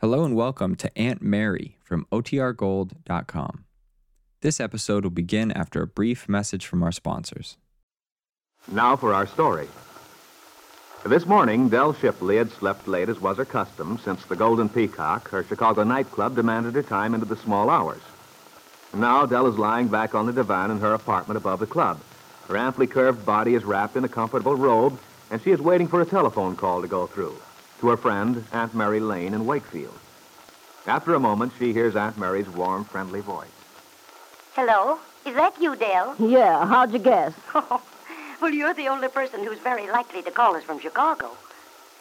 Hello and welcome to Aunt Mary from OTRGold.com. This episode will begin after a brief message from our sponsors. Now for our story. This morning, Dell Shipley had slept late, as was her custom, since the Golden Peacock, her Chicago nightclub, demanded her time into the small hours. Now Dell is lying back on the divan in her apartment above the club. Her amply curved body is wrapped in a comfortable robe, and she is waiting for a telephone call to go through to her friend, Aunt Mary Lane in Wakefield. After a moment, she hears Aunt Mary's warm, friendly voice. Hello? Is that you, Dale? Yeah, how'd you guess? Oh, well, you're the only person who's very likely to call us from Chicago.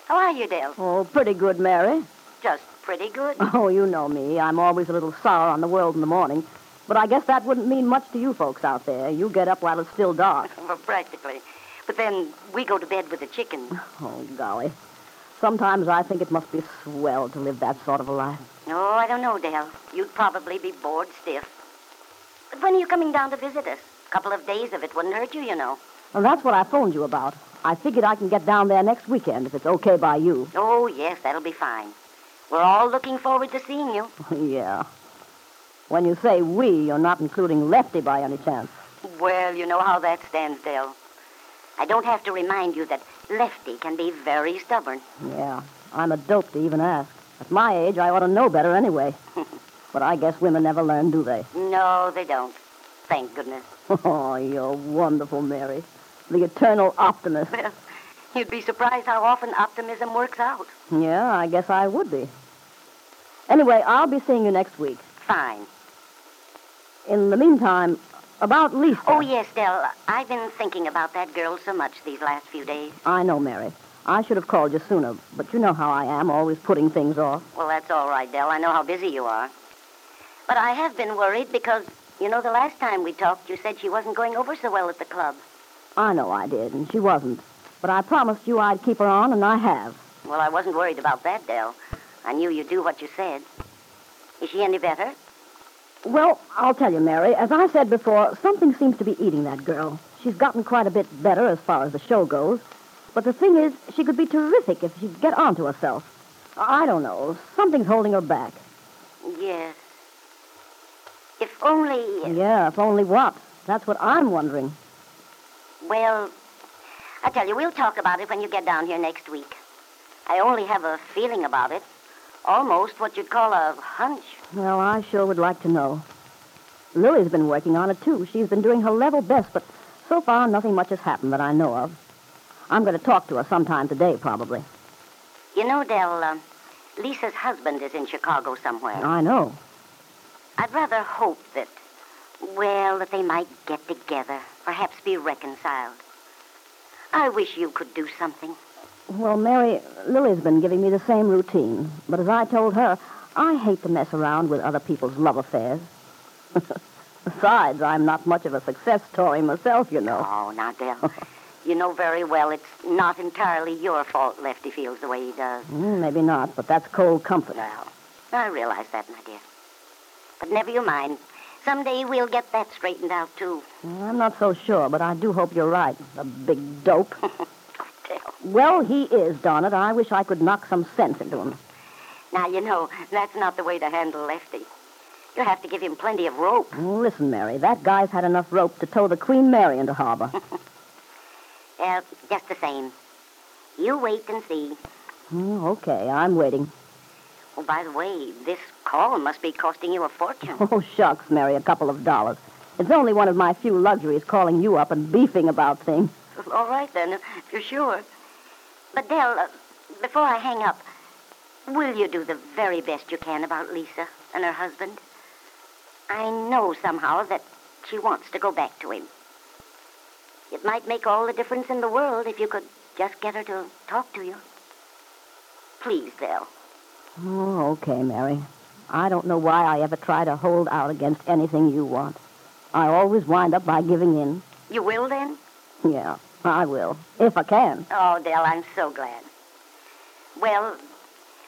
How are you, Dale? Oh, pretty good, Mary. Just pretty good. Oh, you know me. I'm always a little sour on the world in the morning. But I guess that wouldn't mean much to you folks out there. You get up while it's still dark. well, practically. But then we go to bed with the chickens. Oh, golly. Sometimes I think it must be swell to live that sort of a life. No, I don't know, Dale. You'd probably be bored stiff. But when are you coming down to visit us? A couple of days of it wouldn't hurt you, you know. And that's what I phoned you about. I figured I can get down there next weekend if it's okay by you. Oh, yes, that'll be fine. We're all looking forward to seeing you. yeah. When you say we, you're not including Lefty by any chance. Well, you know how that stands, Dale. I don't have to remind you that Lefty can be very stubborn. Yeah, I'm a dope to even ask. At my age, I ought to know better anyway. but I guess women never learn, do they? No, they don't. Thank goodness. Oh, you're wonderful, Mary. The eternal optimist. Well, you'd be surprised how often optimism works out. Yeah, I guess I would be. Anyway, I'll be seeing you next week. Fine. In the meantime, about Lisa. Oh, yes, Dell. I've been thinking about that girl so much these last few days. I know, Mary. I should have called you sooner, but you know how I am, always putting things off. Well, that's all right, Dell. I know how busy you are. But I have been worried because, you know, the last time we talked, you said she wasn't going over so well at the club. I know I did, and she wasn't. But I promised you I'd keep her on, and I have. Well, I wasn't worried about that, Dell. I knew you'd do what you said. Is she any better? Well, I'll tell you, Mary, as I said before, something seems to be eating that girl. She's gotten quite a bit better as far as the show goes. But the thing is, she could be terrific if she'd get onto herself. I don't know. Something's holding her back. Yes. If only. Yeah, if only what? That's what I'm wondering. Well, I tell you, we'll talk about it when you get down here next week. I only have a feeling about it. Almost what you'd call a hunch. Well, I sure would like to know. Lily's been working on it, too. She's been doing her level best, but so far nothing much has happened that I know of. I'm going to talk to her sometime today, probably. You know, Dell, um, Lisa's husband is in Chicago somewhere. I know. I'd rather hope that, well, that they might get together, perhaps be reconciled. I wish you could do something. Well, Mary, Lily's been giving me the same routine, but as I told her, I hate to mess around with other people's love affairs. Besides, I'm not much of a success story myself, you know. Oh, now, Dell, you know very well it's not entirely your fault Lefty feels the way he does. Mm, maybe not, but that's cold comfort. Well, I realize that, my dear. But never you mind. Someday we'll get that straightened out, too. Mm, I'm not so sure, but I do hope you're right. The big dope. Dell. well, he is, darn it. I wish I could knock some sense into him. Now, you know, that's not the way to handle Lefty. You'll have to give him plenty of rope. Mm, Listen, Mary, that guy's had enough rope to tow the Queen Mary into harbor. Uh, just the same. You wait and see. Mm, okay, I'm waiting. Oh, by the way, this call must be costing you a fortune. Oh, shucks, Mary, a couple of dollars. It's only one of my few luxuries calling you up and beefing about things. All right, then, if you're sure. But, Dell, uh, before I hang up, will you do the very best you can about Lisa and her husband? I know somehow that she wants to go back to him. It might make all the difference in the world if you could just get her to talk to you. Please, Dell. Oh, okay, Mary. I don't know why I ever try to hold out against anything you want. I always wind up by giving in. You will, then? Yeah, I will, if I can. Oh, Dell, I'm so glad. Well,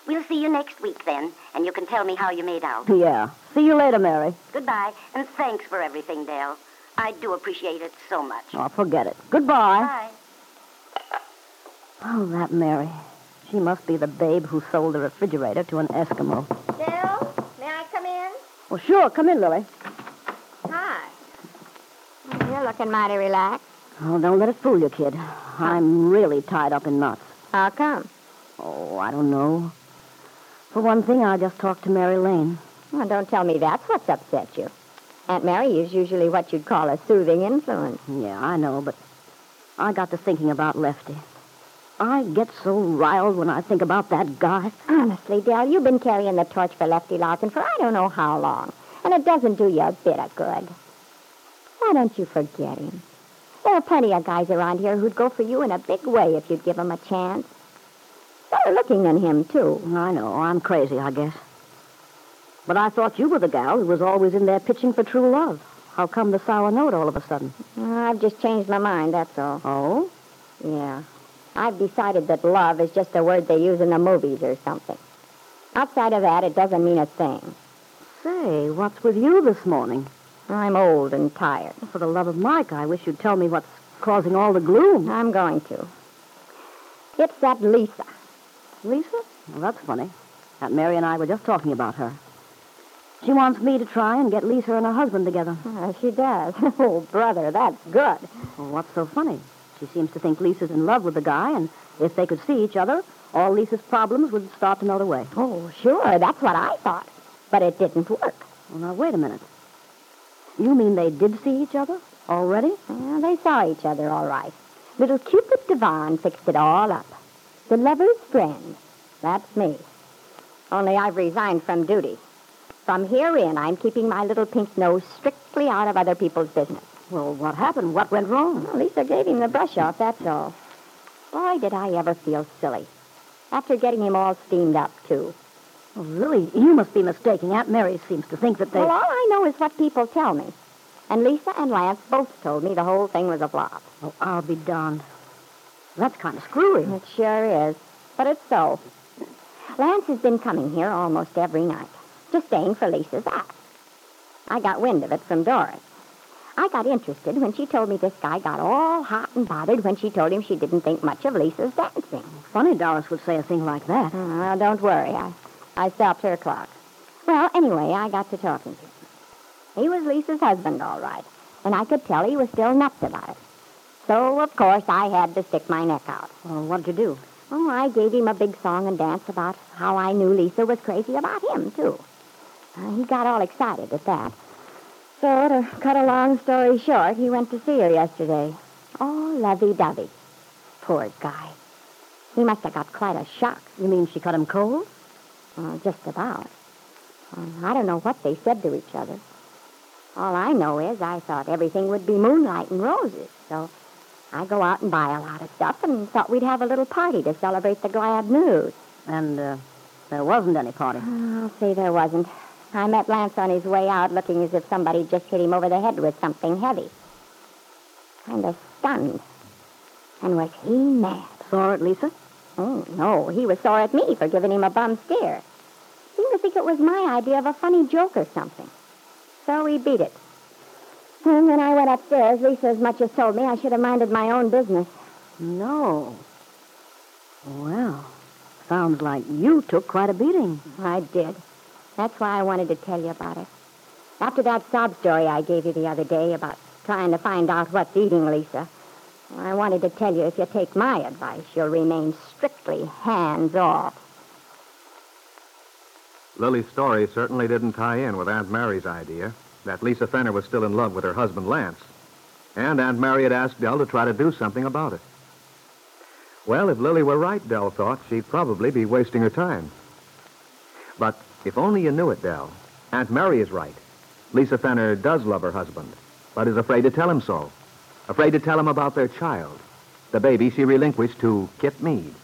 we'll see you next week, then, and you can tell me how you made out. Yeah. See you later, Mary. Goodbye, and thanks for everything, Dale. I do appreciate it so much. Oh, forget it. Goodbye. Bye. Oh, that Mary. She must be the babe who sold the refrigerator to an Eskimo. Dell, may I come in? Well, sure. Come in, Lily. Hi. Oh, You're looking mighty relaxed. Oh, don't let it fool you, kid. I'm really tied up in knots. How Ah, come? Oh, I don't know. For one thing, I just talked to Mary Lane. Well, don't tell me that's what's upset you. Aunt Mary is usually what you'd call a soothing influence. Yeah, I know, but I got to thinking about Lefty. I get so riled when I think about that guy. Honestly, Dell, you've been carrying the torch for Lefty Lawson for I don't know how long, and it doesn't do you a bit of good. Why don't you forget him? There are plenty of guys around here who'd go for you in a big way if you'd give 'em a chance. Better looking than him, too. I know. I'm crazy, I guess. But I thought you were the gal who was always in there pitching for true love. How come the sour note all of a sudden? I've just changed my mind, that's all. Oh? Yeah. I've decided that love is just a word they use in the movies or something. Outside of that, it doesn't mean a thing. Say, what's with you this morning? I'm old and tired. For the love of Mike, I wish you'd tell me what's causing all the gloom. I'm going to. It's that Lisa. Lisa? Well, that's funny. Aunt Mary and I were just talking about her. She wants me to try and get Lisa and her husband together. Uh, she does. oh, brother, that's good. Well, what's so funny? She seems to think Lisa's in love with the guy, and if they could see each other, all Lisa's problems would start to melt away. Oh, sure, that's what I thought. But it didn't work. Well, now, wait a minute. You mean they did see each other already? Well, they saw each other all right. Little Cupid Devon fixed it all up. The lover's friend. That's me. Only I've resigned from duty. From here in, I'm keeping my little pink nose strictly out of other people's business. Well, what happened? What went wrong? Well, Lisa gave him the brush off, that's all. Boy, did I ever feel silly. After getting him all steamed up, too. Well, Oh, really, you must be mistaken. Aunt Mary seems to think that they. Well, all I know is what people tell me. And Lisa and Lance both told me the whole thing was a flop. Oh, I'll be darned. That's kind of screwy. It sure is. But it's so. Lance has been coming here almost every night, just staying for Lisa's house. I got wind of it from Doris. I got interested when she told me this guy got all hot and bothered when she told him she didn't think much of Lisa's dancing. Funny Doris would say a thing like that. Oh, well, don't worry. I, I stopped her clock. Well, anyway, I got to talking to him. He was Lisa's husband, all right, and I could tell he was still nuts about it. So, of course, I had to stick my neck out. Well, what'd you do? Oh, I gave him a big song and dance about how I knew Lisa was crazy about him, too. Uh, he got all excited at that. So, to cut a long story short, he went to see her yesterday. Oh, lovey-dovey. Poor guy. He must have got quite a shock. You mean she cut him cold? Well, Uh, just about. Um, I don't know what they said to each other. All I know is I thought everything would be moonlight and roses, so I go out and buy a lot of stuff and thought we'd have a little party to celebrate the glad news. And uh, there wasn't any party. I'll say there Oh, wasn't. I met Lance on his way out looking as if somebody just hit him over the head with something heavy. Kind of stunned. And was he mad? Saw it, Lisa? Oh, no. He was sore at me for giving him a bum stare. Seemed to think it was my idea of a funny joke or something. So we beat it. And when I went upstairs, Lisa as much as told me I should have minded my own business. No. Well, sounds like you took quite a beating. I did. That's why I wanted to tell you about it. After that sob story I gave you the other day about trying to find out what's eating Lisa, I wanted to tell you if you take my advice, you'll remain strictly hands off. Lily's story certainly didn't tie in with Aunt Mary's idea that Lisa Fenner was still in love with her husband, Lance. And Aunt Mary had asked Dell to try to do something about it. Well, if Lily were right, Dell thought, she'd probably be wasting her time. But if only you knew it, Dell, Aunt Mary is right. Lisa Fenner does love her husband, but is afraid to tell him so. Afraid to tell him about their child, the baby she relinquished to Kit Mead.